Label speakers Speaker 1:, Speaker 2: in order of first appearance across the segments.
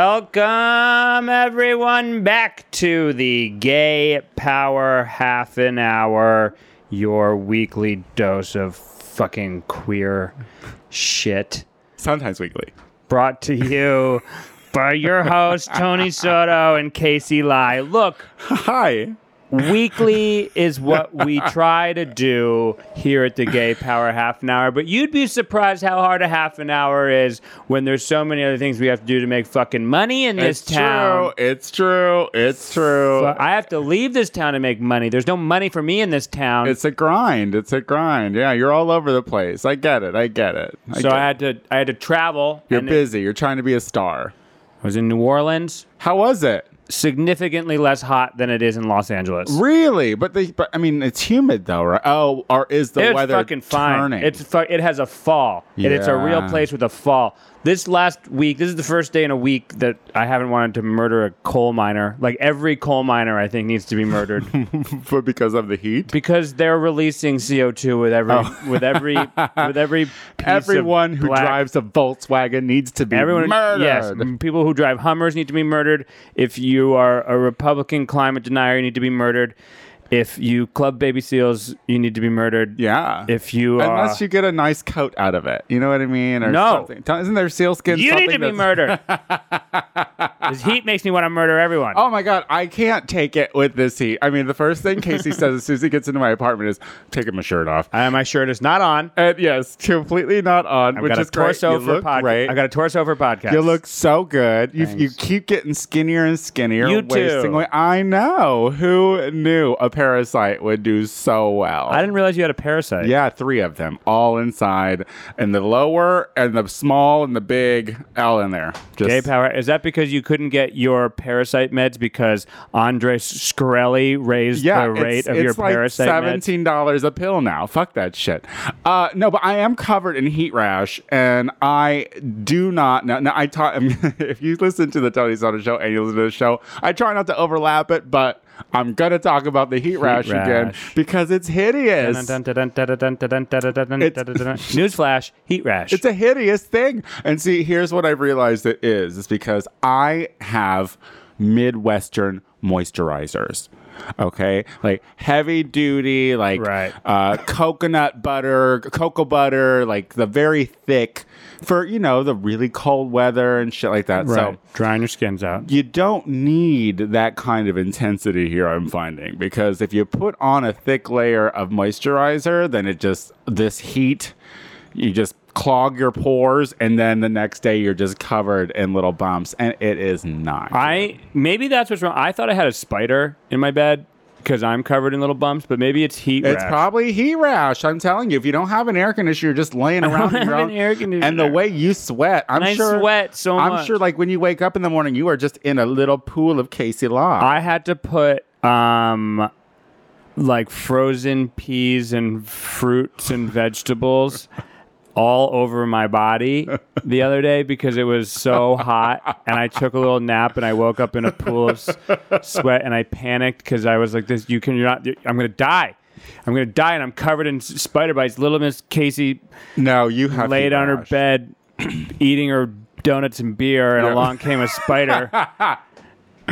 Speaker 1: Welcome, everyone, back to the Gay Power Half an Hour, your weekly dose of fucking queer shit.
Speaker 2: Sometimes weekly.
Speaker 1: Brought to you by your hosts, Tony Soto and Casey Lai. Look,
Speaker 2: Hi.
Speaker 1: weekly is what we try to do here at the Gay Power Half an Hour, but you'd be surprised how hard a half an hour is when there's so many other things we have to do to make fucking money in this
Speaker 2: It's
Speaker 1: town.
Speaker 2: true. It's true. It's true.
Speaker 1: But I have to leave this town to make money. There's no money for me in this town.
Speaker 2: it's a grind. It's a grind. Yeah, you're all over the place. I get it. I get it. I
Speaker 1: so
Speaker 2: get
Speaker 1: I
Speaker 2: it.
Speaker 1: had to I had to travel.
Speaker 2: You're
Speaker 1: and
Speaker 2: busy. You're trying to be a star.
Speaker 1: I was in New Orleans,
Speaker 2: How was it?
Speaker 1: significantly less hot than it is in Los Angeles.
Speaker 2: Really? But the but I mean, it's humid though, right? Oh, or is the
Speaker 1: it's
Speaker 2: weather
Speaker 1: fucking fine.
Speaker 2: turning?
Speaker 1: It's fu- it has a fall, and it's a real
Speaker 2: Yeah.
Speaker 1: place with a fall. This last week, this is the first day in a week that I haven't wanted to murder a coal miner. Like every coal miner, I think needs to be murdered
Speaker 2: but because of the heat.
Speaker 1: because they're releasing CO two with every with every with every piece of
Speaker 2: Oh. Everyone who
Speaker 1: black-
Speaker 2: drives a Volkswagen needs to be
Speaker 1: Everyone,
Speaker 2: murdered.
Speaker 1: yes, people who drive Hummers need to be murdered. If you are a Republican climate denier, you need to be murdered. If you club baby seals, you need to be murdered.
Speaker 2: Yeah.
Speaker 1: If you are,
Speaker 2: Unless you get a nice coat out of it, you know what I mean? Or
Speaker 1: No.
Speaker 2: something. Don't- Isn't there sealskin?
Speaker 1: You need
Speaker 2: something
Speaker 1: to be
Speaker 2: that's-
Speaker 1: murdered. this heat makes me want to murder everyone.
Speaker 2: Oh my god, I can't take it with this heat. I mean, the first thing Casey says as soon as he gets into my apartment is taking my shirt off.
Speaker 1: Uh, my shirt is not on.
Speaker 2: And yes, completely not on,
Speaker 1: I've
Speaker 2: which
Speaker 1: got a
Speaker 2: is great.
Speaker 1: torso
Speaker 2: You
Speaker 1: for
Speaker 2: look
Speaker 1: podcast.
Speaker 2: great.
Speaker 1: I got a torso for podcast.
Speaker 2: you look so good. You, you
Speaker 1: Thanks.
Speaker 2: keep getting skinnier and skinnier.
Speaker 1: You
Speaker 2: wasting
Speaker 1: too.
Speaker 2: weight. I know. Who knew a parasite would do so well?
Speaker 1: I didn't realize you had a parasite.
Speaker 2: Yeah, three of them, all inside, and the lower, and the small, and the big, all in there. Just,
Speaker 1: Gay power. Is that because you couldn't get your parasite meds because Andres Scarelli raised
Speaker 2: yeah,
Speaker 1: the rate
Speaker 2: it's,
Speaker 1: of
Speaker 2: it's
Speaker 1: your
Speaker 2: like
Speaker 1: parasite meds?
Speaker 2: seventeen dollars a pill now. Fuck that shit. Uh, no, but I am covered in heat rash, and I do not. Now, now I talk. I mean, if you listen to the Tony Soto show and you listen to the show, I try not to overlap it, but I'm gonna talk about the heat, rash, again
Speaker 1: rash.
Speaker 2: because it's hideous.
Speaker 1: Newsflash: heat rash.
Speaker 2: It's a hideous thing. And see, here's what I've realized it is. It's because I have Midwestern moisturizers. Okay, like heavy duty, like
Speaker 1: Right.
Speaker 2: uh, coconut butter, cocoa butter, like the very thick for you know the really cold weather and shit like that.
Speaker 1: right.
Speaker 2: So
Speaker 1: drying your skins out.
Speaker 2: you don't need that kind of intensity here i'm finding because if you put on a thick layer of moisturizer then it just this heat you just clog your pores and then the next day you're just covered in little bumps and it is not
Speaker 1: I maybe that's what's wrong. I thought I had a spider in my bed because I'm covered in little bumps, but maybe it's heat.
Speaker 2: it's
Speaker 1: rash.
Speaker 2: probably heat rash. I'm telling you, if you don't have an air conditioner, you're just laying around. in
Speaker 1: have
Speaker 2: your
Speaker 1: an
Speaker 2: own-
Speaker 1: air conditioner.
Speaker 2: And the way you sweat, I'm
Speaker 1: And I
Speaker 2: sure
Speaker 1: sweat so
Speaker 2: I'm
Speaker 1: much.
Speaker 2: sure, like when you wake up in the morning, you are just in a little pool of Casey Law.
Speaker 1: I had to put um like frozen peas and fruits and vegetables all over my body the other day because it was so hot and I took a little nap and I woke up in a pool of s- sweat and I panicked cuz I was like this you can you're not I'm going to die. I'm going to die and I'm covered in s- spider bites. Little Miss Casey
Speaker 2: no, you have
Speaker 1: laid
Speaker 2: heat
Speaker 1: on her
Speaker 2: rash.
Speaker 1: bed eating her donuts and beer, and
Speaker 2: Yeah.
Speaker 1: along came a spider.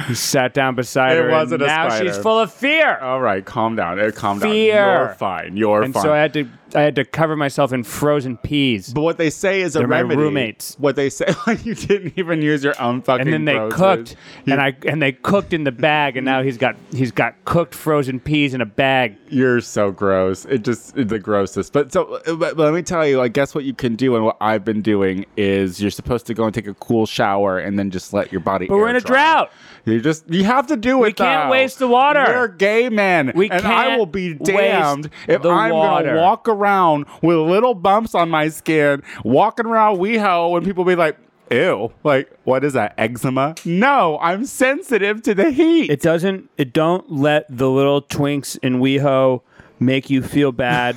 Speaker 1: He sat down beside
Speaker 2: It
Speaker 1: her. and
Speaker 2: wasn't a
Speaker 1: now
Speaker 2: spider. Oh,
Speaker 1: she's full of fear.
Speaker 2: All right, calm down. Eh, Calm down.
Speaker 1: Fear.
Speaker 2: You're fine. You're
Speaker 1: and
Speaker 2: fine.
Speaker 1: so I had to I had to cover myself in frozen peas.
Speaker 2: but what they say is a
Speaker 1: They're my
Speaker 2: remedy.
Speaker 1: roommates.
Speaker 2: What they say, you didn't even use your own fucking.
Speaker 1: And then they
Speaker 2: roses.
Speaker 1: cooked,
Speaker 2: You-
Speaker 1: and I and they cooked in the bag, and now he's got he's got cooked frozen peas in a bag.
Speaker 2: You're so gross. It just it's the grossest. But so, but, but let me tell you. I guess what you can do, and what I've been doing, is you're supposed to go and take a cool shower, and then just let your body.
Speaker 1: But we're in a drought.
Speaker 2: You just you have to do it.
Speaker 1: can't
Speaker 2: though.
Speaker 1: waste the water.
Speaker 2: We're gay men.
Speaker 1: We
Speaker 2: and I
Speaker 1: can't
Speaker 2: will be
Speaker 1: waste
Speaker 2: damned if
Speaker 1: the
Speaker 2: I'm
Speaker 1: water.
Speaker 2: gonna walk around with little bumps on my skin, walking around WeHo, and people be like, "Ew, like what is that eczema?" No, I'm sensitive to the heat.
Speaker 1: It doesn't. It don't let the little twinks in WeHo make you feel bad.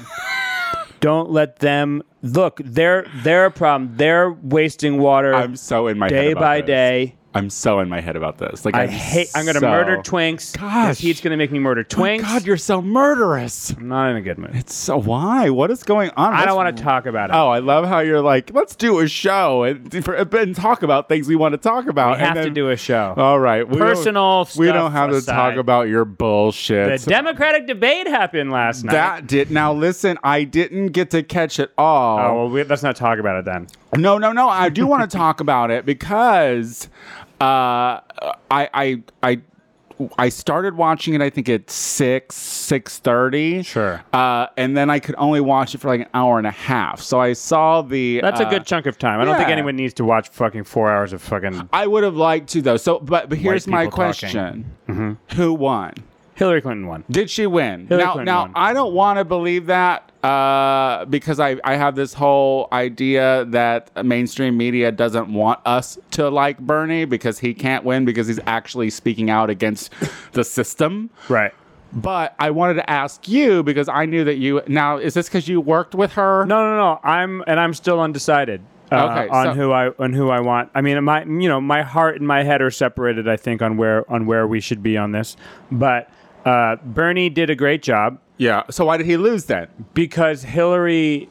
Speaker 1: don't let them look. They're they're a problem. They're wasting water
Speaker 2: I'm so in my head
Speaker 1: day
Speaker 2: about
Speaker 1: by
Speaker 2: this.
Speaker 1: day.
Speaker 2: I'm so in my head about this. Like
Speaker 1: I
Speaker 2: I'm
Speaker 1: hate. I'm gonna
Speaker 2: so-
Speaker 1: murder Twinks. 'cause
Speaker 2: Gosh.
Speaker 1: he's gonna make me murder
Speaker 2: Oh my
Speaker 1: Twinks.
Speaker 2: God, you're so murderous.
Speaker 1: I'm not in a good mood.
Speaker 2: It's so why? What is going on?
Speaker 1: I don't
Speaker 2: What's
Speaker 1: want to talk about it.
Speaker 2: Oh, I love how you're like, let's do a show and, for- and talk about things we want to talk about.
Speaker 1: I have
Speaker 2: and then-
Speaker 1: to do a show.
Speaker 2: All right, we don't-
Speaker 1: Personal
Speaker 2: We
Speaker 1: stuff
Speaker 2: don't have to
Speaker 1: aside.
Speaker 2: talk about your
Speaker 1: the
Speaker 2: bullshit.
Speaker 1: Democratic debate happened last night.
Speaker 2: that did now. Listen, I didn't get to catch it all.
Speaker 1: oh well, we, let's not talk about it then.
Speaker 2: No, no, no. I do want to talk about it because uh, I, I, I, I started watching it. I think at six, six thirty.
Speaker 1: Sure.
Speaker 2: Uh, and then I could only watch it for like an hour and a half. So I saw the.
Speaker 1: That's
Speaker 2: uh,
Speaker 1: a good chunk of time. I don't think
Speaker 2: yeah.
Speaker 1: anyone needs to watch fucking four hours of fucking
Speaker 2: I would have liked to though. So, but, but here's my
Speaker 1: people talking.
Speaker 2: question: Who won?
Speaker 1: Hillary Clinton one.
Speaker 2: Did she win?
Speaker 1: Hillary
Speaker 2: now,
Speaker 1: Clinton
Speaker 2: now
Speaker 1: won.
Speaker 2: I don't want to believe that uh, because I, I have this whole idea that mainstream media doesn't want us to like Bernie because he can't win because he's actually speaking out against the system.
Speaker 1: Right.
Speaker 2: But I wanted to ask you because I knew that you. Now, is this because you worked with her?
Speaker 1: No, no, no. I'm and I'm still undecided uh,
Speaker 2: Okay,
Speaker 1: on
Speaker 2: so-
Speaker 1: who I on who I want. I mean, my you know my heart and my head are separated. I think on where on where we should be on this. But uh, Bernie did a great job
Speaker 2: Yeah. So why did he lose then?
Speaker 1: because Hillary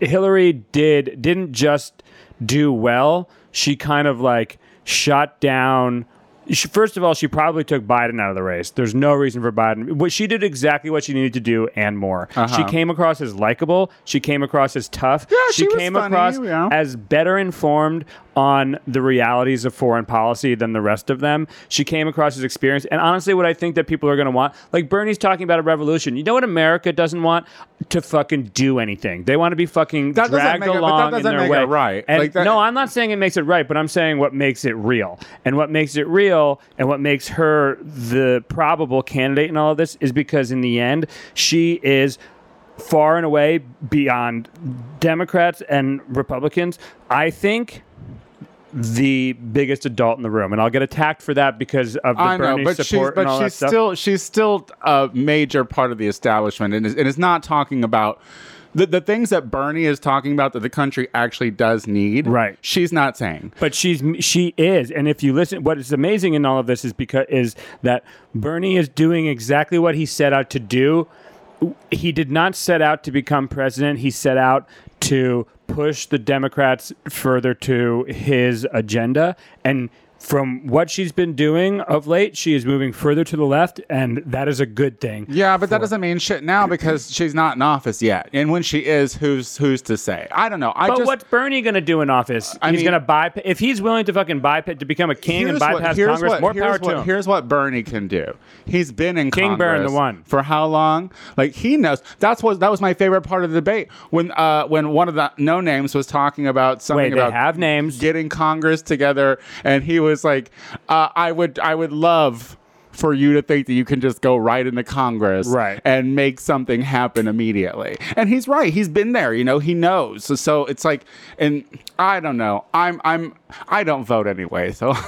Speaker 1: Hillary did didn't just do well. She kind of like shot down. She, first of all, she probably took Biden out of the race. There's no reason for Biden. What she did exactly what she needed to do and more. She came across as likable. She came across as tough. Yeah,
Speaker 2: Uh-huh. she was
Speaker 1: came
Speaker 2: funny,
Speaker 1: across
Speaker 2: yeah.
Speaker 1: as better informed on the realities of foreign policy than the rest of them. She came across as experienced. And honestly, what I think that people are going to want, like Bernie's talking about a revolution. You know what America doesn't want? To fucking do anything. They want to be fucking
Speaker 2: That doesn't
Speaker 1: dragged
Speaker 2: make it- but that
Speaker 1: along in
Speaker 2: doesn't
Speaker 1: their
Speaker 2: make it
Speaker 1: way.
Speaker 2: right.
Speaker 1: And
Speaker 2: Like that-
Speaker 1: no, I'm not saying it makes it right, but I'm saying what makes it real. And what makes it real and what makes her the probable candidate in all of this is because in the end, she is far and away beyond Democrats and Republicans. I think the biggest adult in the room, and I'll get attacked for that because of the
Speaker 2: I know,
Speaker 1: Bernie
Speaker 2: but she's
Speaker 1: support and all
Speaker 2: but
Speaker 1: that
Speaker 2: she's
Speaker 1: stuff.
Speaker 2: still she's still a major part of the establishment, and is, and is not talking about the the things that Bernie is talking about that the country actually does need.
Speaker 1: Right.
Speaker 2: she's not saying.
Speaker 1: but she's she is and if you listen what is amazing in all of this is because is that bernie is doing exactly what he set out to do he did not set out to become president he set out to push the democrats further to his agenda and from what she's been doing of late she is moving further to the left and that is a good thing
Speaker 2: Yeah, but that doesn't mean shit now because she's not in office yet, and when she is, who's who's to say? I don't know. I
Speaker 1: but
Speaker 2: just
Speaker 1: what's Bernie going to do in office?
Speaker 2: I
Speaker 1: he's
Speaker 2: mean-
Speaker 1: going to bypass. If he's willing to fucking bypass to become a king and
Speaker 2: here's what-
Speaker 1: bypass
Speaker 2: here's
Speaker 1: Congress,
Speaker 2: what-
Speaker 1: more
Speaker 2: here's
Speaker 1: power
Speaker 2: what,
Speaker 1: to him.
Speaker 2: Here's what Bernie can do. He's been in
Speaker 1: King Bern,
Speaker 2: Congress
Speaker 1: the one.
Speaker 2: for how long? Like he knows. That's what that was my favorite part of the debate when uh when one of the no names was talking about something
Speaker 1: Wait, they
Speaker 2: about
Speaker 1: have names.
Speaker 2: getting Congress together, and he was like, uh, "I would I would love." For you to think that you can just go right into Congress
Speaker 1: Right.
Speaker 2: and make something happen immediately. And he's right. He's been there, you know, he knows. So, so it's like and I don't know. I'm I'm I don't vote anyway, so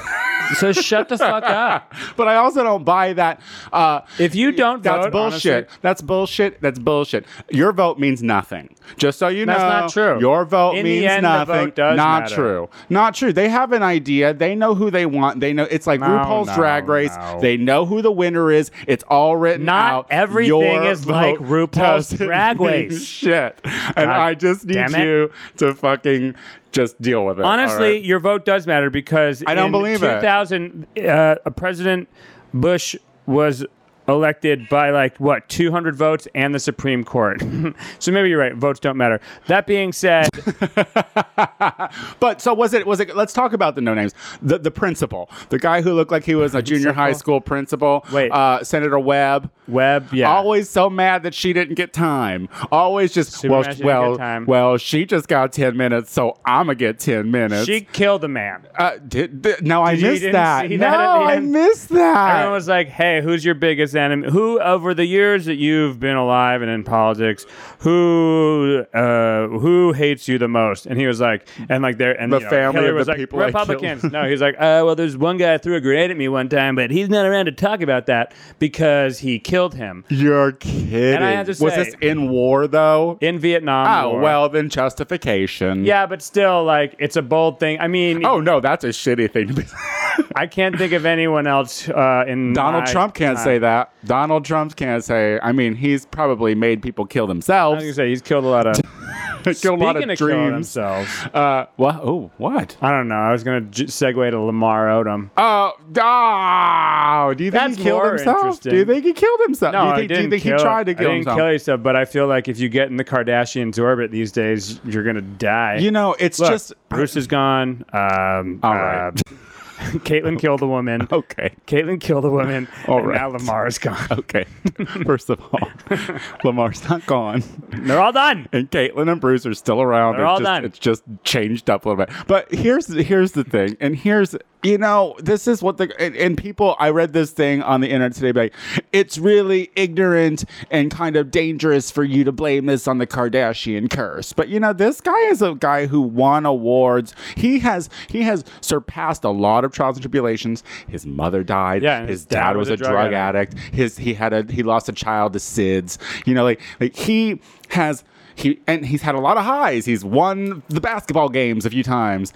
Speaker 1: So shut the fuck up.
Speaker 2: but I also don't buy that. Uh,
Speaker 1: If you don't
Speaker 2: that's
Speaker 1: vote,
Speaker 2: bullshit.
Speaker 1: honestly-
Speaker 2: That's bullshit. That's bullshit. Your vote means nothing. Just so you
Speaker 1: That's
Speaker 2: know,
Speaker 1: not true.
Speaker 2: Your vote
Speaker 1: In the
Speaker 2: means
Speaker 1: end, the
Speaker 2: nothing.
Speaker 1: vote does
Speaker 2: not
Speaker 1: matter.
Speaker 2: true. Not true. They have an idea. They know who they want. They know it's like RuPaul's
Speaker 1: no,
Speaker 2: Drag Race.
Speaker 1: no.
Speaker 2: They know who the winner is. It's all written
Speaker 1: Not
Speaker 2: out.
Speaker 1: everything
Speaker 2: Your
Speaker 1: is like
Speaker 2: vote
Speaker 1: RuPaul's
Speaker 2: doesn't
Speaker 1: Drag
Speaker 2: mean
Speaker 1: Race.
Speaker 2: Shit. And
Speaker 1: God
Speaker 2: I just need
Speaker 1: damn it.
Speaker 2: you to fucking just deal with it. all
Speaker 1: Honestly,
Speaker 2: right?
Speaker 1: your vote does matter because
Speaker 2: don't
Speaker 1: in
Speaker 2: believe it.
Speaker 1: 2000, uh, a President Bush was elected by like what 200 votes and the Supreme Court. so maybe you're right. Votes don't matter. That being said,
Speaker 2: But so was it? Was it? Let's talk about the no names. The the principal, the guy who looked like he was a junior high school principal.
Speaker 1: Wait.
Speaker 2: uh, Senator Webb.
Speaker 1: Webb, yeah,
Speaker 2: Always so mad that she didn't get time. Always just
Speaker 1: Superman, she
Speaker 2: well,
Speaker 1: didn't
Speaker 2: well,
Speaker 1: get time.
Speaker 2: well. She just got ten minutes, so I'ma get ten minutes.
Speaker 1: she killed a man.
Speaker 2: uh, did, did, no, I
Speaker 1: Did you- you
Speaker 2: missed
Speaker 1: didn't
Speaker 2: that.
Speaker 1: see
Speaker 2: no,
Speaker 1: that at the
Speaker 2: I
Speaker 1: end?
Speaker 2: missed that.
Speaker 1: Everyone was like, "Hey, who's your biggest enemy, who over the years that you've been alive and in politics, who uh, who hates you the most? And he was like, and like there, and
Speaker 2: The
Speaker 1: you know,
Speaker 2: family
Speaker 1: Hillary
Speaker 2: of
Speaker 1: was
Speaker 2: the
Speaker 1: like,
Speaker 2: people I killed.
Speaker 1: Republicans. no, he's like, uh, well, there's one guy threw a grenade at me one time, but he's not around to talk about that because he killed him
Speaker 2: You're kidding.
Speaker 1: And I have to
Speaker 2: Was
Speaker 1: say-
Speaker 2: this in war though?
Speaker 1: in Vietnam.
Speaker 2: oh
Speaker 1: War.
Speaker 2: well, then justification.
Speaker 1: yeah, but still, like, it's a bold thing. I mean,
Speaker 2: Oh no, that's a shitty thing to be.
Speaker 1: I can't think of anyone else uh, in
Speaker 2: Donald
Speaker 1: my
Speaker 2: Trump can't
Speaker 1: time.
Speaker 2: say that. Donald Trump can't say. I mean, he's probably made people kill
Speaker 1: I was
Speaker 2: themselves.
Speaker 1: gonna say he's killed a lot of
Speaker 2: kill a lot
Speaker 1: Speaking killing
Speaker 2: of dreams.
Speaker 1: themselves.
Speaker 2: Uh, what? Oh, what?
Speaker 1: I don't know. I was gonna j- segue to Lamar Odom.
Speaker 2: Oh, oh, do you think
Speaker 1: That's
Speaker 2: he killed
Speaker 1: more
Speaker 2: himself?
Speaker 1: interesting.
Speaker 2: Do you think he killed himself? do you think,
Speaker 1: I
Speaker 2: do
Speaker 1: didn't
Speaker 2: you think
Speaker 1: kill,
Speaker 2: he tried to
Speaker 1: I
Speaker 2: kill
Speaker 1: didn't
Speaker 2: himself?
Speaker 1: kill yourself, but I feel like if you get in the Kardashians' orbit these days, you're gonna die.
Speaker 2: you know, it's
Speaker 1: Look,
Speaker 2: just
Speaker 1: Bruce is gone. Um,
Speaker 2: All right.
Speaker 1: uh, Caitlyn killed a woman.
Speaker 2: okay.
Speaker 1: Caitlyn killed a woman.
Speaker 2: All
Speaker 1: and
Speaker 2: right.
Speaker 1: Now Lamar is gone.
Speaker 2: Okay. First of all, Lamar's not gone.
Speaker 1: They're all done.
Speaker 2: And Caitlyn and Bruce are still around.
Speaker 1: They're
Speaker 2: it's
Speaker 1: all
Speaker 2: just,
Speaker 1: done.
Speaker 2: It's just changed up a little bit. But here's here's the thing, and here's you know this is what the and, and people. I read this thing on the internet today. Like, it's really ignorant and kind of dangerous for you to blame this on the Kardashian curse. But you know, this guy is a guy who won awards. He has he has surpassed a lot of trials and tribulations. His mother died.
Speaker 1: Yeah, and
Speaker 2: his dad was a drug addict addict. His he had a he lost a child to SIDS. You know, like like he has he and he's had a lot of highs. He's won the basketball games a few times,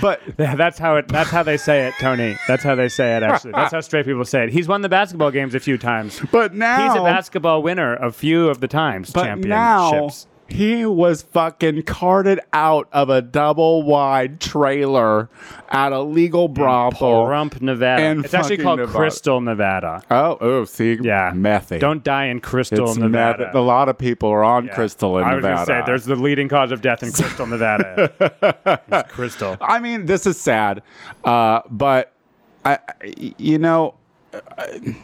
Speaker 2: but
Speaker 1: Yeah, That's how it. That's how they say it, Tony. That's how they say it. Actually, that's how straight people say it. He's won the basketball games a few times.
Speaker 2: but now
Speaker 1: He's a basketball winner a few of the times.
Speaker 2: but now
Speaker 1: championships.
Speaker 2: he was fucking carted out of a double wide trailer at a legal brothel.
Speaker 1: Pahrump, Nevada.
Speaker 2: And
Speaker 1: it's actually
Speaker 2: fucking
Speaker 1: called
Speaker 2: Nevada.
Speaker 1: Crystal, Nevada.
Speaker 2: Oh, oh, see,
Speaker 1: Yeah,
Speaker 2: methy.
Speaker 1: Don't die in Crystal,
Speaker 2: it's
Speaker 1: Nevada.
Speaker 2: meth. A lot of people are on
Speaker 1: Yeah.
Speaker 2: crystal in
Speaker 1: I was
Speaker 2: Nevada.
Speaker 1: gonna say there's the leading cause of death in Crystal, Nevada. It's crystal.
Speaker 2: I mean, this is sad, uh, but I, I- you know, I,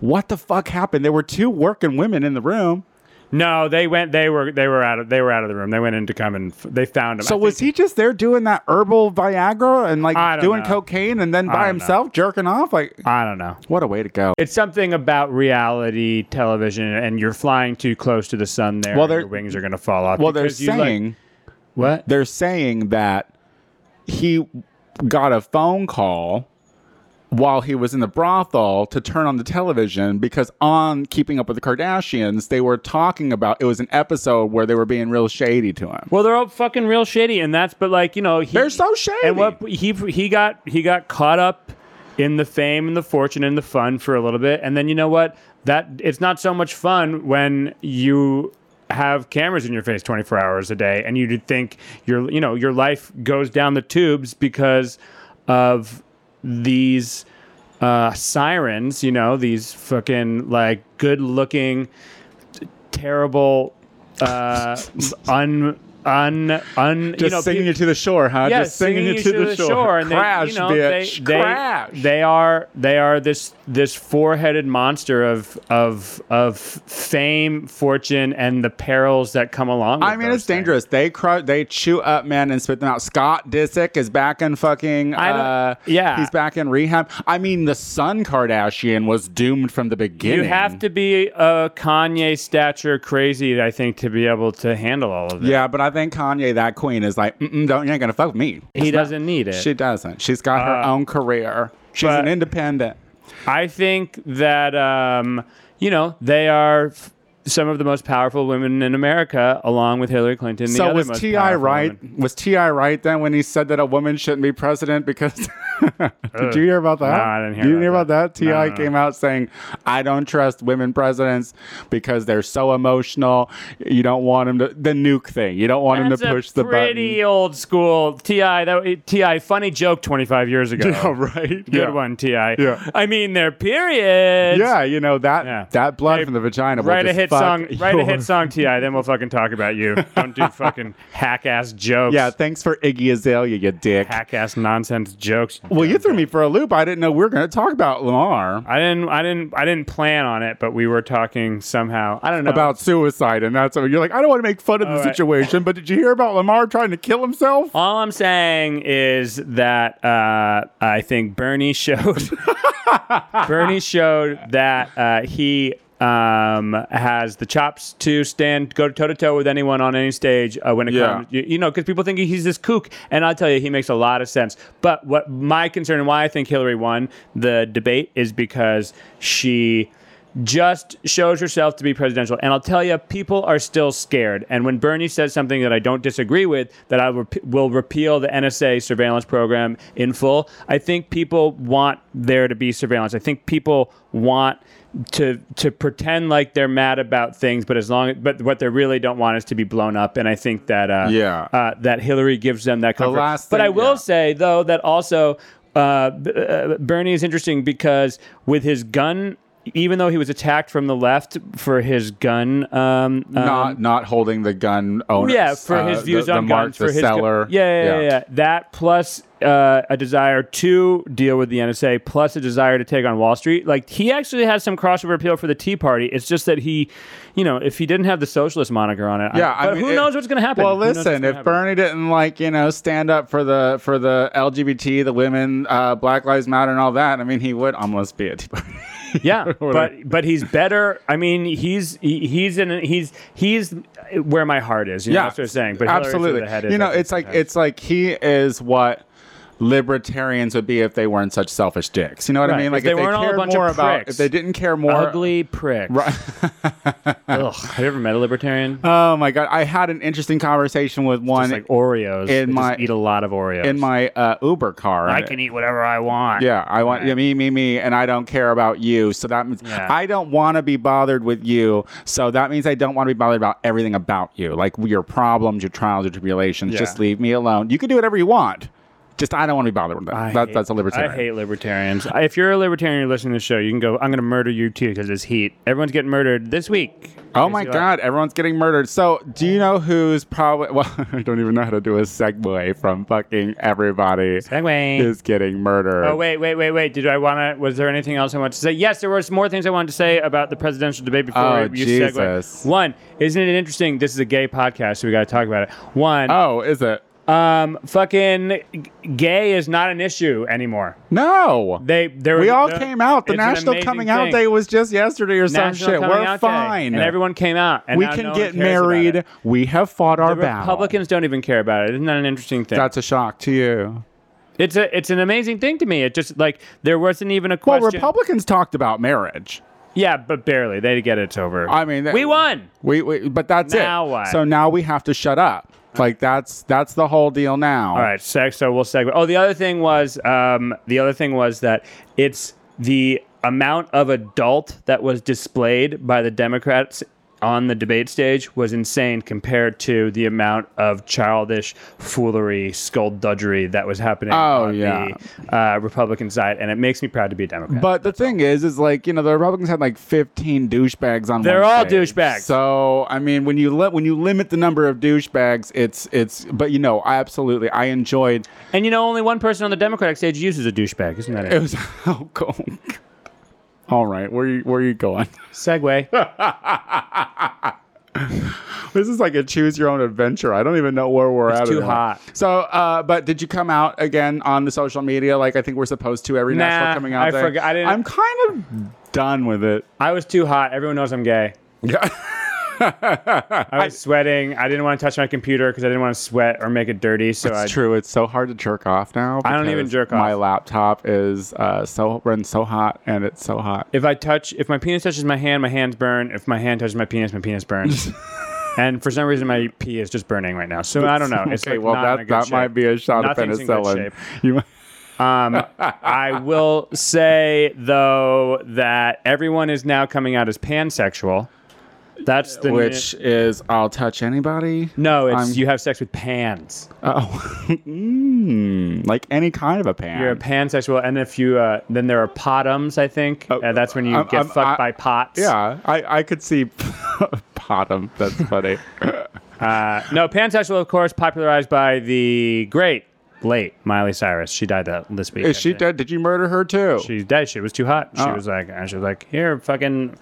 Speaker 2: what the fuck happened? There were two working women in the room.
Speaker 1: No, they went. They were. They were out of. They were out of the room. They went in to come and f- they found him.
Speaker 2: So was he just there doing that herbal Viagra and
Speaker 1: I
Speaker 2: like
Speaker 1: don't
Speaker 2: doing
Speaker 1: know.
Speaker 2: cocaine and then by
Speaker 1: don't know.
Speaker 2: himself jerking off? Like,
Speaker 1: I don't know.
Speaker 2: what a way to go!
Speaker 1: It's something about reality television, and you're flying too close to the sun. There,
Speaker 2: Well,
Speaker 1: and
Speaker 2: they're-
Speaker 1: your wings are gonna fall off.
Speaker 2: Well, they're
Speaker 1: because you, like-
Speaker 2: saying
Speaker 1: what?
Speaker 2: they're saying that he got a phone call while he was in the brothel to turn on the television because on Keeping Up with the Kardashians, they were talking about it was an episode where they were being real shady to him.
Speaker 1: Well, they're all fucking real shitty, and that's but like you know he,
Speaker 2: They're so shady.
Speaker 1: And what he he got he got caught up in the fame and the fortune and the fun for a little bit, and then you know what? That it's not so much fun when you have cameras in your face 24 hours a day, and you do think your you know your life goes down the tubes because of these uh, sirens. You know these fucking like good looking terrible uh un un un
Speaker 2: Just
Speaker 1: you know
Speaker 2: singing
Speaker 1: pe-
Speaker 2: you to the shore, huh?
Speaker 1: yeah,
Speaker 2: Just singing, you to, the shore.
Speaker 1: and they,
Speaker 2: crash,
Speaker 1: you know,
Speaker 2: bitch.
Speaker 1: They, they,
Speaker 2: crash.
Speaker 1: They are they are this this four-headed monster of of of fame, fortune, and the perils that come along. With
Speaker 2: I mean,
Speaker 1: those
Speaker 2: it's dangerous. They cru- they chew up men and spit them out. Scott Disick is back in fucking.
Speaker 1: I don't-
Speaker 2: uh,
Speaker 1: yeah.
Speaker 2: he's back in rehab. I mean, the son Kardashian was doomed from the
Speaker 1: things.
Speaker 2: beginning.
Speaker 1: You have to be a Kanye stature crazy, I think, to be able to handle all of this.
Speaker 2: Yeah, but I think Kanye, that queen, is like, Mm-mm, don't you ain't gonna fuck with me.
Speaker 1: he doesn't need it.
Speaker 2: She doesn't. She's got her
Speaker 1: Uh,
Speaker 2: own career. She's
Speaker 1: but-
Speaker 2: an independent.
Speaker 1: I think that um, you know they are f- some of the most powerful women in America, along with Hillary Clinton. The
Speaker 2: So
Speaker 1: other
Speaker 2: was
Speaker 1: most
Speaker 2: Ti
Speaker 1: powerful
Speaker 2: right?
Speaker 1: woman.
Speaker 2: Was Ti right then when he said that a woman shouldn't be president? Because did you hear about that?
Speaker 1: No, I didn't hear
Speaker 2: You
Speaker 1: about
Speaker 2: hear about that? Ti
Speaker 1: No, no, no.
Speaker 2: came out saying, "I don't trust women presidents because they're so emotional. You don't want him to the nuke thing. You don't want
Speaker 1: That's
Speaker 2: him to push
Speaker 1: a
Speaker 2: the
Speaker 1: pretty old school Ti. That Ti funny joke twenty five years ago.
Speaker 2: button." Yeah, right.
Speaker 1: Good one, Ti.
Speaker 2: Yeah.
Speaker 1: I mean their period.
Speaker 2: Yeah, you know that
Speaker 1: Yeah.
Speaker 2: that blood
Speaker 1: Hey,
Speaker 2: from the vagina. will
Speaker 1: Write a
Speaker 2: just
Speaker 1: hit
Speaker 2: fuck
Speaker 1: song. Write a
Speaker 2: your-
Speaker 1: hit song, Ti. Then we'll fucking talk about you. Don't do fucking hack ass jokes.
Speaker 2: Yeah, thanks for Iggy Azalea, you dick.
Speaker 1: hack ass nonsense jokes.
Speaker 2: Well, you threw me for a loop. I didn't know we were going to talk about Lamar,
Speaker 1: I didn't. I didn't. I didn't plan on it, but we were talking somehow. I don't know
Speaker 2: about suicide, and that's you're like, I don't want to make fun of the
Speaker 1: right.
Speaker 2: situation, but did you hear about Lamar trying to kill himself?
Speaker 1: All I'm saying is that uh, I think Bernie showed Bernie showed that uh, he um, has the chops to stand go toe to toe with anyone on any stage uh, when it
Speaker 2: Yeah.
Speaker 1: comes. You, you know, because people think he's this kook, and I'll tell you, he makes a lot of sense. But what my concern and why I think Hillary won the debate is because she just shows herself to be presidential and i'll tell you people are still scared and when bernie says something that i don't disagree with that i rep- will repeal the nsa surveillance program in full i think people want there to be surveillance i think people want to to pretend like they're mad about things, but as long but what they really don't want is to be blown up. And I think that uh,
Speaker 2: Yeah.
Speaker 1: uh, that Hillary gives them that comfort.
Speaker 2: last
Speaker 1: but I
Speaker 2: thing-
Speaker 1: will
Speaker 2: yeah.
Speaker 1: say though that also uh, B- uh, Bernie is interesting because with his gun. Even though he was attacked from the left for his gun, um, um,
Speaker 2: not not holding the gun owner.
Speaker 1: yeah, for his views
Speaker 2: Mm. Uh, the,
Speaker 1: on
Speaker 2: the
Speaker 1: guns,
Speaker 2: mark,
Speaker 1: for
Speaker 2: the
Speaker 1: his gu-
Speaker 2: seller.
Speaker 1: yeah, yeah, yeah, yeah. That plus uh, a desire to deal with the NSA, plus a desire to take on Wall Street. Like he actually has some crossover appeal for the Tea Party. It's just that he, you know, if he didn't have the socialist moniker on it, I-
Speaker 2: Yeah, I
Speaker 1: but
Speaker 2: mean,
Speaker 1: who
Speaker 2: it-
Speaker 1: knows what's going to happen?
Speaker 2: Well,
Speaker 1: Who knows what's
Speaker 2: listen,
Speaker 1: gonna
Speaker 2: if
Speaker 1: happen?
Speaker 2: Bernie didn't like you know stand up for the for the LGBT, the women, uh, Black Lives Matter, and all that, I mean, he would almost be a Tea Party.
Speaker 1: yeah,
Speaker 2: whatever.
Speaker 1: but but he's better. I mean, he's he, he's in he's he's where my heart is. You know, that's what I'm saying. But Hillary's where
Speaker 2: absolutely,
Speaker 1: the head is,
Speaker 2: you
Speaker 1: I
Speaker 2: know,
Speaker 1: think,
Speaker 2: it's like
Speaker 1: sometimes.
Speaker 2: it's like he is what libertarians would be if they weren't such selfish dicks. You know what
Speaker 1: Right,
Speaker 2: I mean?
Speaker 1: if
Speaker 2: Like
Speaker 1: they
Speaker 2: if they
Speaker 1: weren't all a
Speaker 2: cared
Speaker 1: bunch
Speaker 2: more
Speaker 1: of
Speaker 2: about
Speaker 1: pricks.
Speaker 2: if they didn't care more
Speaker 1: ugly pricks. Right. Ugh, have you ever met a libertarian?
Speaker 2: Oh my god, I had an interesting conversation with one
Speaker 1: It's like Oreos.
Speaker 2: in
Speaker 1: They just
Speaker 2: my-
Speaker 1: eat a lot of Oreos.
Speaker 2: in my uh, Uber car.
Speaker 1: I can eat whatever I want.
Speaker 2: Yeah, I want yeah, me, me, me, and I don't care about you. So that means
Speaker 1: Yeah.
Speaker 2: I don't want to be bothered with you. So that means I don't want to be bothered about everything about you, like your problems, your trials, your tribulations.
Speaker 1: Yeah.
Speaker 2: Just leave me alone. You can do whatever you want. Just I don't want to be bothered with that.
Speaker 1: I
Speaker 2: that
Speaker 1: hate-
Speaker 2: that's a libertarian.
Speaker 1: I hate libertarians. I- If you're a libertarian you're listening to the show, you can go, I'm going to murder you too because it's heat. Everyone's getting murdered this week.
Speaker 2: Oh my
Speaker 1: Crazy
Speaker 2: God! Everyone's getting murdered. So, do you know who's probably? Well, I don't even know how to do a segue from fucking everybody
Speaker 1: life. Anyway.
Speaker 2: is getting murdered.
Speaker 1: Oh wait, wait, wait, wait! Did I want to? Was there anything else I wanted to say? Yes, there was more things I wanted to say about the presidential debate before
Speaker 2: Oh,
Speaker 1: you
Speaker 2: Jesus.
Speaker 1: segue. One, isn't it interesting? This is a gay podcast, so we got to talk about it. One,
Speaker 2: Oh, is it?
Speaker 1: um, fucking g- gay is not an issue anymore.
Speaker 2: No.
Speaker 1: They, there,
Speaker 2: we all
Speaker 1: the-
Speaker 2: came out. The
Speaker 1: it's an
Speaker 2: National
Speaker 1: amazing
Speaker 2: Coming Out
Speaker 1: thing.
Speaker 2: Day was just yesterday or some
Speaker 1: National
Speaker 2: shit.
Speaker 1: Coming
Speaker 2: We're
Speaker 1: Out Day,
Speaker 2: fine.
Speaker 1: and everyone came out. And
Speaker 2: we
Speaker 1: now
Speaker 2: can
Speaker 1: no one
Speaker 2: get
Speaker 1: cares about
Speaker 2: married.
Speaker 1: it.
Speaker 2: We have fought our battle.
Speaker 1: Republicans don't even care about it. Isn't that an interesting thing?
Speaker 2: That's a shock to you.
Speaker 1: it's a it's an amazing thing to me. It just like there wasn't even a
Speaker 2: Well,
Speaker 1: question.
Speaker 2: Republicans talked about marriage.
Speaker 1: yeah, but barely. They get it's over.
Speaker 2: I mean,
Speaker 1: we won.
Speaker 2: We, we but that's
Speaker 1: Now
Speaker 2: it.
Speaker 1: what?
Speaker 2: So now we have to shut up. Like that's that's the whole deal now.
Speaker 1: All right, sex. So we'll segue. Oh, the other thing was um, the other thing was that it's the amount of adult that was displayed by the Democrats on the debate stage was insane compared to the amount of childish foolery, skullduggery that was happening
Speaker 2: Oh,
Speaker 1: on
Speaker 2: yeah.
Speaker 1: the uh, Republican side, and it makes me proud to be a Democrat.
Speaker 2: But the thing is, is like you know the Republicans had like 15 douchebags on.
Speaker 1: They're
Speaker 2: one
Speaker 1: all
Speaker 2: stage.
Speaker 1: douchebags.
Speaker 2: So I mean, when you let when you limit the number of douchebags, it's it's. But you know, I absolutely I enjoyed.
Speaker 1: and you know, only one person on the Democratic stage uses a douchebag, isn't that
Speaker 2: It
Speaker 1: it?
Speaker 2: was oh cool. All right, where you where you going?
Speaker 1: Segue.
Speaker 2: This is like a choose your own adventure. I don't even know where we're at.
Speaker 1: too
Speaker 2: anymore.
Speaker 1: hot.
Speaker 2: So, uh, but did you come out again on the social media? Like I think we're supposed to every
Speaker 1: Nah,
Speaker 2: national coming out.
Speaker 1: I
Speaker 2: day?
Speaker 1: forgot- I didn't-
Speaker 2: I'm kind of done with it.
Speaker 1: I was too hot. Everyone knows I'm gay.
Speaker 2: Yeah.
Speaker 1: I was sweating. I didn't want to touch my computer because I didn't want to sweat or make it dirty. So I
Speaker 2: It's true. It's so hard to jerk off now.
Speaker 1: I don't
Speaker 2: because
Speaker 1: even jerk
Speaker 2: My
Speaker 1: off.
Speaker 2: laptop is uh, so runs so hot, and it's so hot.
Speaker 1: if I touch, if my penis touches my hand, my hands burn. If my hand touches my penis, my penis burns. and for some reason, my pee is just burning right now. So I don't know. It's
Speaker 2: okay,
Speaker 1: like
Speaker 2: well
Speaker 1: not in a
Speaker 2: that
Speaker 1: good
Speaker 2: that might
Speaker 1: shape.
Speaker 2: be a shot
Speaker 1: Nothing's
Speaker 2: of
Speaker 1: in good
Speaker 2: penicillin.
Speaker 1: shape.
Speaker 2: You might-
Speaker 1: Um, I will say though that everyone is now coming out as pansexual. That's the
Speaker 2: which is I'll touch anybody.
Speaker 1: no, it's
Speaker 2: I'm-
Speaker 1: you have sex with pans.
Speaker 2: Oh, mm, like any kind of a pan.
Speaker 1: You're a pansexual, and if you uh, then there are potums, I think.
Speaker 2: Oh,
Speaker 1: Uh, that's when you
Speaker 2: I'm-
Speaker 1: get
Speaker 2: I'm-
Speaker 1: fucked
Speaker 2: I-
Speaker 1: by pots.
Speaker 2: Yeah, I, I could see bottom. That's funny.
Speaker 1: Uh, no, pansexual, of course, popularized by the great late Miley Cyrus. She died that this week.
Speaker 2: Is
Speaker 1: I
Speaker 2: she
Speaker 1: think.
Speaker 2: dead? Oh. Did you murder her too?
Speaker 1: She died. She was too hot. She was like, and she was like, here, fucking,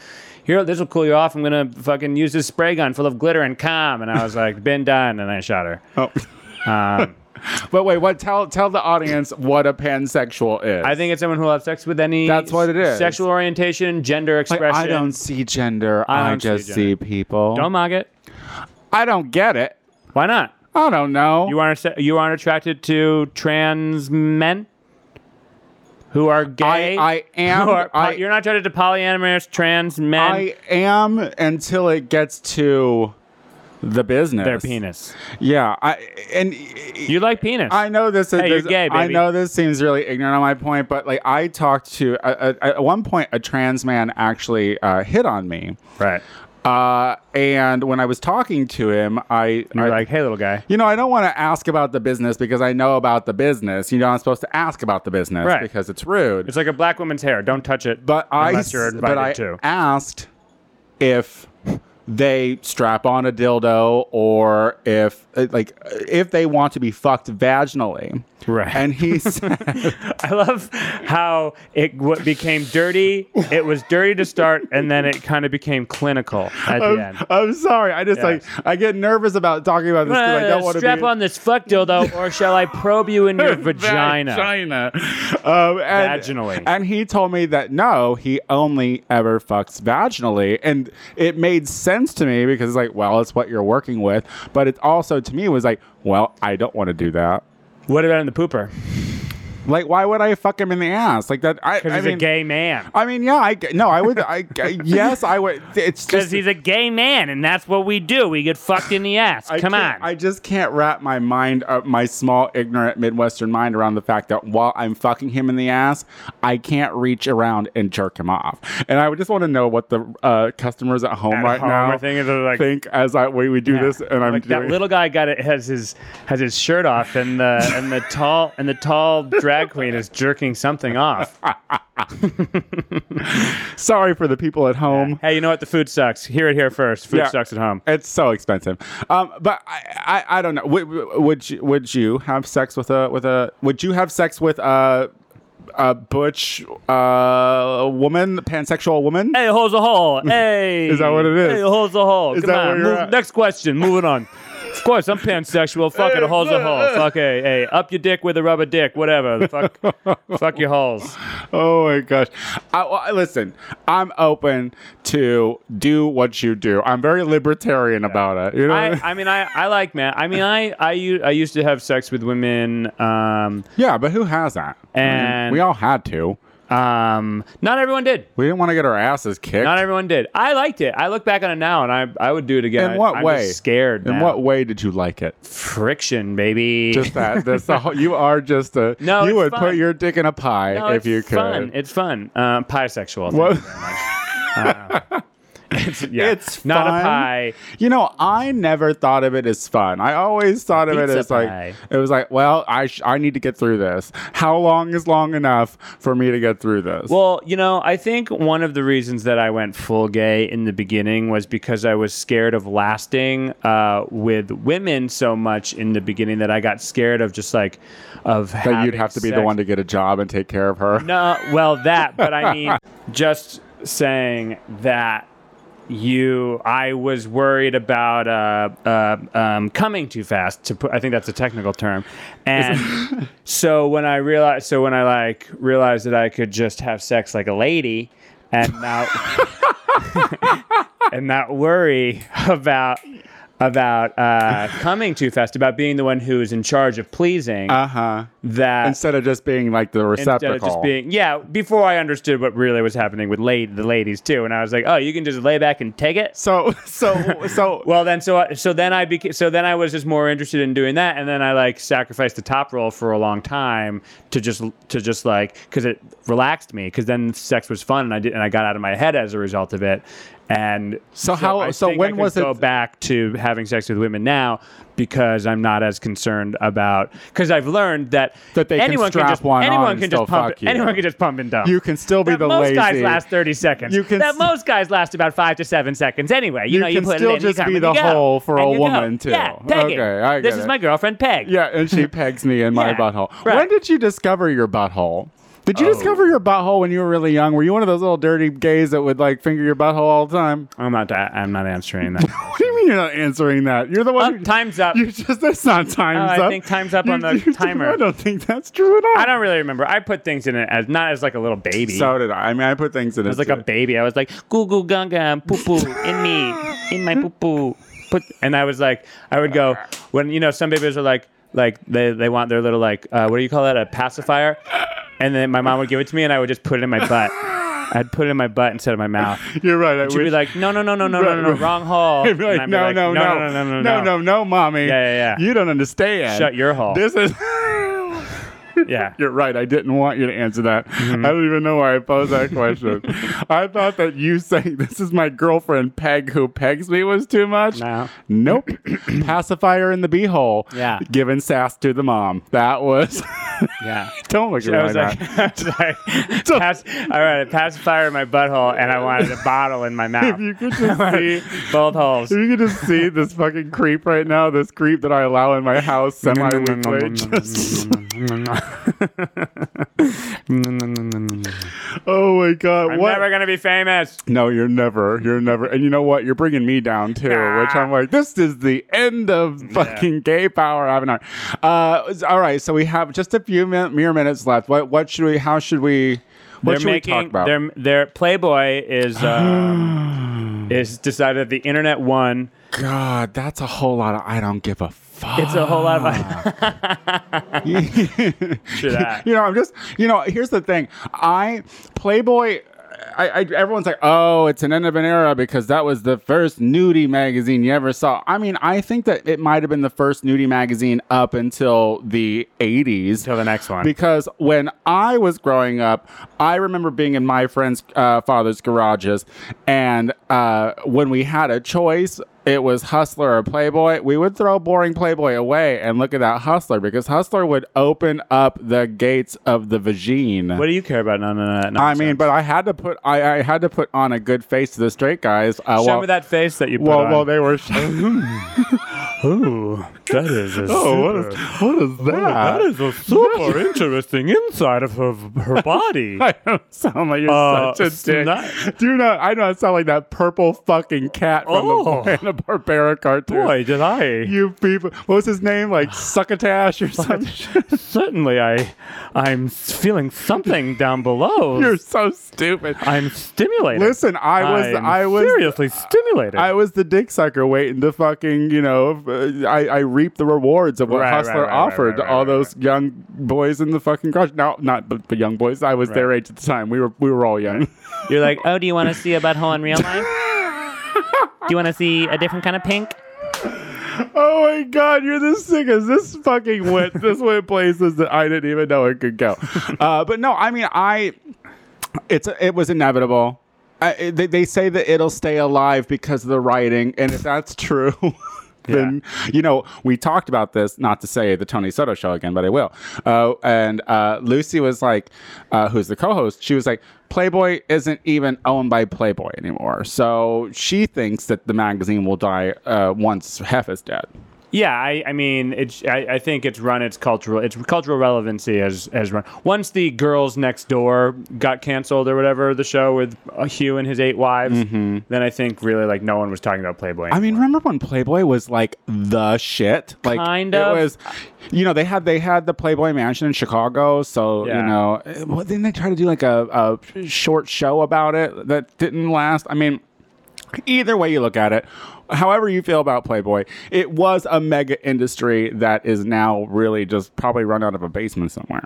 Speaker 1: here, this will cool you off. I'm gonna fucking use this spray gun full of glitter and calm. And I was like, been done, and I shot her.
Speaker 2: oh.
Speaker 1: Um,
Speaker 2: But wait, what? Tell tell the audience what a pansexual is.
Speaker 1: I think it's someone who will have sex with any.
Speaker 2: That's what it is.
Speaker 1: Sexual orientation, gender
Speaker 2: Like,
Speaker 1: expression.
Speaker 2: I don't see gender.
Speaker 1: I
Speaker 2: I,
Speaker 1: don't see
Speaker 2: just see,
Speaker 1: gender.
Speaker 2: people.
Speaker 1: Don't mock it.
Speaker 2: I don't get it.
Speaker 1: Why not?
Speaker 2: I don't know.
Speaker 1: You aren't you aren't attracted to trans men who are gay.
Speaker 2: I, I am.
Speaker 1: Who are-
Speaker 2: I,
Speaker 1: you're not attracted to polyamorous trans men.
Speaker 2: I am until it gets to the business.
Speaker 1: their penis.
Speaker 2: Yeah. I and
Speaker 1: You like penis.
Speaker 2: I know this is.
Speaker 1: Hey, you're
Speaker 2: this-
Speaker 1: gay,
Speaker 2: I
Speaker 1: baby.
Speaker 2: know this seems really ignorant on my point, but like I talked to uh, uh, at one point a trans man actually uh, hit on me,
Speaker 1: right.
Speaker 2: uh, and when I was talking to him, I,
Speaker 1: You're
Speaker 2: I
Speaker 1: like, hey, little guy.
Speaker 2: you know, I don't want to ask about the business because I know about the business. You know, I'm supposed to ask about the business
Speaker 1: Right.
Speaker 2: because it's rude.
Speaker 1: It's like a black woman's hair. Don't touch it.
Speaker 2: but I,
Speaker 1: unless you're
Speaker 2: s-
Speaker 1: invited
Speaker 2: but I
Speaker 1: to.
Speaker 2: asked if they strap on a dildo or if uh, like uh, if they want to be fucked vaginally.
Speaker 1: Right.
Speaker 2: And he said,
Speaker 1: I love how it w- became dirty. It was dirty to start, and then it kind of became clinical at the
Speaker 2: I'm,
Speaker 1: end.
Speaker 2: I'm sorry. I just
Speaker 1: Yeah.
Speaker 2: like I get nervous about talking about this because I don't want to
Speaker 1: Uh, strap
Speaker 2: be
Speaker 1: on this fuck dildo, or shall I probe you in your vagina?
Speaker 2: Vagina. Um, and,
Speaker 1: Vaginally.
Speaker 2: And he told me that no, he only ever fucks vaginally. And it made sense to me because it's like, well, it's what you're working with. But it also to me was like, well, I don't want to do that.
Speaker 1: What about in the pooper?
Speaker 2: Like, why would I fuck him in the ass? Like that. I,
Speaker 1: Because
Speaker 2: I
Speaker 1: he's
Speaker 2: mean,
Speaker 1: a gay man.
Speaker 2: I mean, yeah, I g- no, I would. I I- yes, I would. It's
Speaker 1: Because
Speaker 2: just
Speaker 1: he's a gay man, and that's what we do. We get fucked in the ass.
Speaker 2: I
Speaker 1: Come on.
Speaker 2: can't- I just can't wrap my mind up, my small, ignorant Midwestern mind around the fact that while I'm fucking him in the ass, I can't reach around and jerk him off. And I would just want to know what the uh, customers at home
Speaker 1: At
Speaker 2: right
Speaker 1: home,
Speaker 2: now
Speaker 1: I think it's like-
Speaker 2: think as I we, we do this, and I'm
Speaker 1: like
Speaker 2: doing
Speaker 1: that little guy got it has his has his shirt off and the and the tall and the tall drag queen is jerking something off.
Speaker 2: sorry for the people at home.
Speaker 1: Hey, you know what? The food sucks. Hear it here first. Food
Speaker 2: Yeah.
Speaker 1: sucks at home.
Speaker 2: It's so expensive, um, but I, I, I don't know. Would, would you would you have sex with a with a would you have sex with a a butch uh, woman, pansexual woman?
Speaker 1: Hey, hole's a hole. Hey,
Speaker 2: Is that what it is?
Speaker 1: Hey, hole's a hole.
Speaker 2: Is
Speaker 1: Come
Speaker 2: that
Speaker 1: on.
Speaker 2: where you're
Speaker 1: Move-
Speaker 2: at?
Speaker 1: next question. Moving on. Of course, I'm pansexual. Fuck it, a hole's a hole. Fuck hey, hey, up your dick with a rubber dick, whatever. Fuck, fuck your holes.
Speaker 2: Oh my gosh. I, well, I- listen, I'm open to do what you do. I'm very libertarian about it. You know? what I mean?
Speaker 1: I, I mean, I, I like man. I mean, I, I, u- I used to have sex with women. Um,
Speaker 2: yeah, but who has that? I mean,
Speaker 1: And-
Speaker 2: we all had to.
Speaker 1: um, not everyone did.
Speaker 2: We didn't want to get our asses kicked.
Speaker 1: Not everyone did. I liked it. I look back on it now, and I, I would do it again.
Speaker 2: In
Speaker 1: I-
Speaker 2: what
Speaker 1: I'm
Speaker 2: way?
Speaker 1: Just scared.
Speaker 2: In
Speaker 1: now.
Speaker 2: what way did you like it?
Speaker 1: friction, baby?
Speaker 2: Just that. That's the whole, you are just a.
Speaker 1: No,
Speaker 2: you
Speaker 1: it's
Speaker 2: would put
Speaker 1: fun.
Speaker 2: your dick in a pie
Speaker 1: No,
Speaker 2: if
Speaker 1: Oh, it's
Speaker 2: you could.
Speaker 1: Fun. It's fun. Um, bisexual. thank
Speaker 2: What-
Speaker 1: you very much. Uh, it's, yeah.
Speaker 2: It's
Speaker 1: not
Speaker 2: fun.
Speaker 1: a pie.
Speaker 2: You know, I never thought of it as fun. I always thought of it
Speaker 1: Pizza
Speaker 2: as like
Speaker 1: pie.
Speaker 2: it was like, well, I sh- I need to get through this. How long is long enough for me to get through this?
Speaker 1: Well, you know, I think one of the reasons that I went full gay in the beginning was because I was scared of lasting uh, with women so much in the beginning that I got scared of just like of
Speaker 2: that you'd have to be the one to get a job and take care of her.
Speaker 1: No, well, that, but I mean, just saying that you, I was worried about uh, uh, um, coming too fast. To put, I think that's a technical term. And so when I realized, so when I like realized that I could just have sex like a lady, and now. and not worry about about uh, coming too fast, about being the one who is in charge of pleasing.
Speaker 2: Uh huh.
Speaker 1: that
Speaker 2: Instead of just being like the
Speaker 1: instead
Speaker 2: receptacle.
Speaker 1: of just being yeah before i understood what really was happening with la- the ladies too and i was like oh you can just lay back and take it
Speaker 2: so so so.
Speaker 1: well then so I, so then i became so then i was just more interested in doing that and then i like sacrificed the top roll for a long time to just to just like because it relaxed me because then sex was fun and i did and i got out of my head as a result of it and
Speaker 2: So how-
Speaker 1: I
Speaker 2: so
Speaker 1: think
Speaker 2: when
Speaker 1: I could
Speaker 2: was it-
Speaker 1: go back to having sex with women now because i'm not as concerned about because i've learned that
Speaker 2: That they can
Speaker 1: anyone
Speaker 2: strap
Speaker 1: just
Speaker 2: one on
Speaker 1: anyone
Speaker 2: and
Speaker 1: can
Speaker 2: still
Speaker 1: just pump
Speaker 2: fuck you.
Speaker 1: anyone can just pump and dump
Speaker 2: you can still be
Speaker 1: that
Speaker 2: the
Speaker 1: most
Speaker 2: lazy.
Speaker 1: guys last 30 seconds.
Speaker 2: You can
Speaker 1: that
Speaker 2: s-
Speaker 1: most guys last about five to seven seconds anyway. You,
Speaker 2: You
Speaker 1: know, you
Speaker 2: can
Speaker 1: put it
Speaker 2: still
Speaker 1: in, you
Speaker 2: just
Speaker 1: come
Speaker 2: be
Speaker 1: and
Speaker 2: the
Speaker 1: you go.
Speaker 2: hole for
Speaker 1: And
Speaker 2: a
Speaker 1: you go.
Speaker 2: woman, too.
Speaker 1: Yeah, peg it.
Speaker 2: Okay, I get
Speaker 1: This is
Speaker 2: it.
Speaker 1: my girlfriend, Peg.
Speaker 2: yeah, and she pegs me in my
Speaker 1: Yeah,
Speaker 2: butthole.
Speaker 1: right. Oh.
Speaker 2: When did you discover your butthole? Did you discover your butthole when you were really young? Were you one of those little dirty gays that would like finger your butthole all the time?
Speaker 1: I'm not. I'm not answering that.
Speaker 2: What do you You're not answering that. You're the one.
Speaker 1: Oh,
Speaker 2: who,
Speaker 1: time's up.
Speaker 2: You just that's not time's
Speaker 1: Oh, I
Speaker 2: up.
Speaker 1: think time's up on the timer.
Speaker 2: I don't think that's true at all.
Speaker 1: I don't really remember. I put things in it as not as like a little baby.
Speaker 2: So did I. I mean, I put things in.
Speaker 1: I was like a baby. I was like goo goo ganga poo poo in me in my poo poo. Put and I was like I would go when you know some babies are like like they they want their little like uh, what do you call that a pacifier, and then my mom would give it to me and I would just put it in my butt. I'd put it in my butt instead of my mouth.
Speaker 2: You're right. I
Speaker 1: She'd be
Speaker 2: wish-
Speaker 1: like no no no no no no no, no wrong hole.
Speaker 2: I'd be like,
Speaker 1: And I'd be
Speaker 2: no,
Speaker 1: like,
Speaker 2: no,
Speaker 1: no no no
Speaker 2: no, no, no, mommy.
Speaker 1: Yeah, yeah, yeah.
Speaker 2: You don't understand.
Speaker 1: Shut your hole.
Speaker 2: This is.
Speaker 1: yeah.
Speaker 2: You're right. I didn't want you to answer that.
Speaker 1: Mm-hmm.
Speaker 2: I don't even know why I posed that question. I thought that you saying this is my girlfriend Peg who pegs me was too much.
Speaker 1: No.
Speaker 2: Nope. Pacifier in the beehole.
Speaker 1: Yeah.
Speaker 2: Giving sass to the mom. That was.
Speaker 1: Yeah.
Speaker 2: don't look at me
Speaker 1: I
Speaker 2: like
Speaker 1: was
Speaker 2: that.
Speaker 1: like, I was like, pass, I wanted a pacifier in my butthole, and I wanted a bottle in my mouth.
Speaker 2: If you could just see.
Speaker 1: Both holes.
Speaker 2: If you could just see this fucking creep right now, this creep that I allow in my house semi-weekly, just oh my god,
Speaker 1: I'm
Speaker 2: what?
Speaker 1: never gonna be famous.
Speaker 2: No, you're never. You're never. And you know what? You're bringing me down too,
Speaker 1: Nah.
Speaker 2: which I'm like, this is the end of fucking gay power, haven't I? Uh, it's- all right. So we have just a few min- mere minutes left. What? What should we? How should we? What should
Speaker 1: they're
Speaker 2: we
Speaker 1: making
Speaker 2: talk about?
Speaker 1: their their Playboy is um, is decided that the internet won.
Speaker 2: God, that's a whole lot of. I don't give a fuck.
Speaker 1: It's a whole lot of to that.
Speaker 2: you know, I'm just, you know, here's the thing. I, Playboy, I, I, everyone's like, oh, it's an end of an era because that was the first nudie magazine you ever saw. I mean, I think that it might have been the first nudie magazine up until the 80s.
Speaker 1: Till the next one.
Speaker 2: Because when I was growing up, I remember being in my friend's uh, father's garages, and uh, when we had a choice, it was Hustler or Playboy. We would throw boring Playboy away and look at that Hustler because Hustler would open up the gates of the vagine.
Speaker 1: what do you care about? No, no, no. no
Speaker 2: I mean, but I had to put I, I had to put on a good face to the straight guys. Uh,
Speaker 1: show
Speaker 2: while-
Speaker 1: me that face that you put
Speaker 2: Well,
Speaker 1: on.
Speaker 2: well, they were.
Speaker 1: Ooh, that is Oh, a super-
Speaker 2: Oh, what is
Speaker 1: that is a super interesting inside of her, her body.
Speaker 2: I don't sound like you're
Speaker 1: Uh,
Speaker 2: such a dick.
Speaker 1: sna-
Speaker 2: Do not. I don't sound like that purple fucking cat from
Speaker 1: Oh.
Speaker 2: the Hanna Barbera cartoon.
Speaker 1: Boy, did I!
Speaker 2: You people. What was his name? Like Succotash or something?
Speaker 1: Certainly, I, I'm s- feeling something down below.
Speaker 2: you're so stupid.
Speaker 1: I'm stimulated.
Speaker 2: Listen, I was.
Speaker 1: I'm
Speaker 2: I was.
Speaker 1: seriously stimulated.
Speaker 2: I was the dick sucker waiting to fucking, you know, uh, I, I reap the rewards of what
Speaker 1: Right, right,
Speaker 2: Hustler
Speaker 1: right, right,
Speaker 2: offered
Speaker 1: right,
Speaker 2: to
Speaker 1: right,
Speaker 2: all
Speaker 1: right,
Speaker 2: those young boys in the fucking garage. No, not but, but young boys. I was their age at the time. We were we were all young.
Speaker 1: You're like, oh, do you want to see a butthole in real life? do you want to see a different kind of pink?
Speaker 2: Oh my god, you're the sickest. This fucking went this went places that I didn't even know it could go. Uh, but no, I mean I it's it was inevitable. I, it- they, they say that it'll stay alive because of the writing, and if that's true, then you know we talked about this. Not to say the Tony Soto show again, but I will. Uh, and uh, Lucy was like, uh, "Who's the co-host?" She was like, "Playboy isn't even owned by Playboy anymore, so she thinks that the magazine will die uh, once Hef is dead."
Speaker 1: Yeah, I, I mean, it's. I, I think it's run its cultural its cultural relevancy has has run. Once the Girls Next Door got canceled or whatever, the show with uh, Hugh and his eight wives, then I think really like no one was talking about Playboy.
Speaker 2: I mean, remember when Playboy was like the shit? Like
Speaker 1: Kind
Speaker 2: it
Speaker 1: of.
Speaker 2: was, you know, they had they had the Playboy Mansion in Chicago, so you
Speaker 1: Yeah.
Speaker 2: know, eh, well, then they tried to do like a, a short show about it that didn't last. I mean, either way you look at it, however you feel about Playboy, it was a mega industry that is now really just probably run out of a basement somewhere.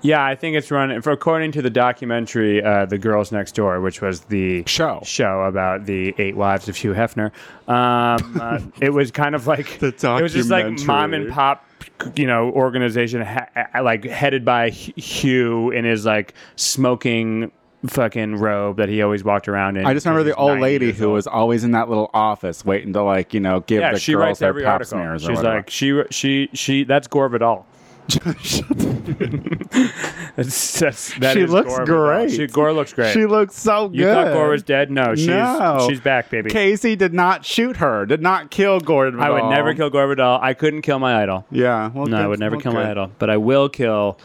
Speaker 1: Yeah, I think it's run. For according to the documentary, uh, "The Girls Next Door," which was the
Speaker 2: Show.
Speaker 1: show about the eight wives of Hugh Hefner, um, uh, it was kind of like
Speaker 2: The
Speaker 1: It was just like mom
Speaker 2: documentary.
Speaker 1: and pop, you know, organization ha- uh, like headed by H- Hugh in his like smoking fucking robe that he always walked around in.
Speaker 2: I just remember the
Speaker 1: He's
Speaker 2: old
Speaker 1: 90
Speaker 2: lady
Speaker 1: years
Speaker 2: who
Speaker 1: old.
Speaker 2: was always in that little office waiting to like you know give
Speaker 1: yeah.
Speaker 2: the
Speaker 1: She
Speaker 2: girls
Speaker 1: writes
Speaker 2: their
Speaker 1: every
Speaker 2: pap
Speaker 1: article.
Speaker 2: smears or
Speaker 1: She's
Speaker 2: whatever.
Speaker 1: like she she she. That's Gore Vidal. That's, that's, that
Speaker 2: She
Speaker 1: is
Speaker 2: looks
Speaker 1: Gore Vidal.
Speaker 2: great.
Speaker 1: She, Gore looks great.
Speaker 2: She looks so good.
Speaker 1: You thought Gore was dead? No, she's
Speaker 2: No.
Speaker 1: she's back, baby.
Speaker 2: Casey did not shoot her. Did not kill Gore.
Speaker 1: I would never kill Gore Vidal. I couldn't kill my idol.
Speaker 2: Yeah. Well,
Speaker 1: No, I
Speaker 2: good-
Speaker 1: would never
Speaker 2: well,
Speaker 1: kill my
Speaker 2: good.
Speaker 1: idol, but I will kill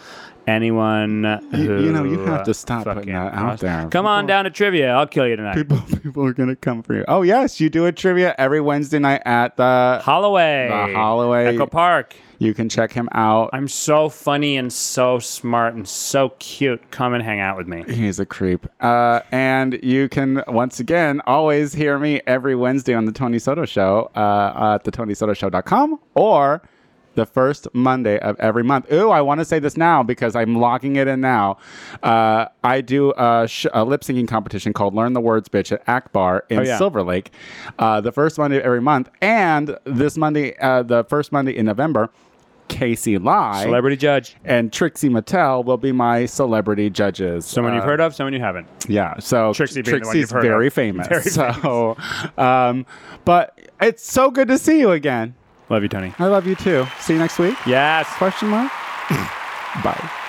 Speaker 1: anyone
Speaker 2: You,
Speaker 1: who
Speaker 2: you know, you have to stop putting
Speaker 1: fucking
Speaker 2: that out
Speaker 1: cross-
Speaker 2: there.
Speaker 1: Come on down to trivia. I'll kill you tonight.
Speaker 2: People, people are gonna come for you. Oh yes, you do a trivia every Wednesday night at the.
Speaker 1: Holloway.
Speaker 2: The Holloway.
Speaker 1: Echo Park.
Speaker 2: You can check him out.
Speaker 1: I'm so funny and so smart and so cute. Come and hang out with me.
Speaker 2: He's a creep. Uh, and you can, once again, always hear me every Wednesday on The Tony Soto Show uh, at thetonySotoShow.com or the first Monday of every month. Ooh, I want to say this now because I'm locking it in now. Uh, I do a, sh- a lip syncing competition called Learn the Words Bitch at Akbar in
Speaker 1: Oh, yeah.
Speaker 2: Silver Lake uh, the first Monday of every month. And this Monday, uh, the first Monday in November, Casey Lai
Speaker 1: Celebrity judge.
Speaker 2: and Trixie Mattel will be my celebrity judges.
Speaker 1: Someone
Speaker 2: Uh,
Speaker 1: you've heard of, someone you haven't.
Speaker 2: yeah, so
Speaker 1: Trixie being the one
Speaker 2: Trixie's
Speaker 1: you've heard
Speaker 2: very
Speaker 1: of.
Speaker 2: famous.
Speaker 1: Very
Speaker 2: so, um, but it's so good to see you again.
Speaker 1: Love you, Tony.
Speaker 2: I love you too. See you next week.
Speaker 1: Yes.
Speaker 2: Question mark. Bye.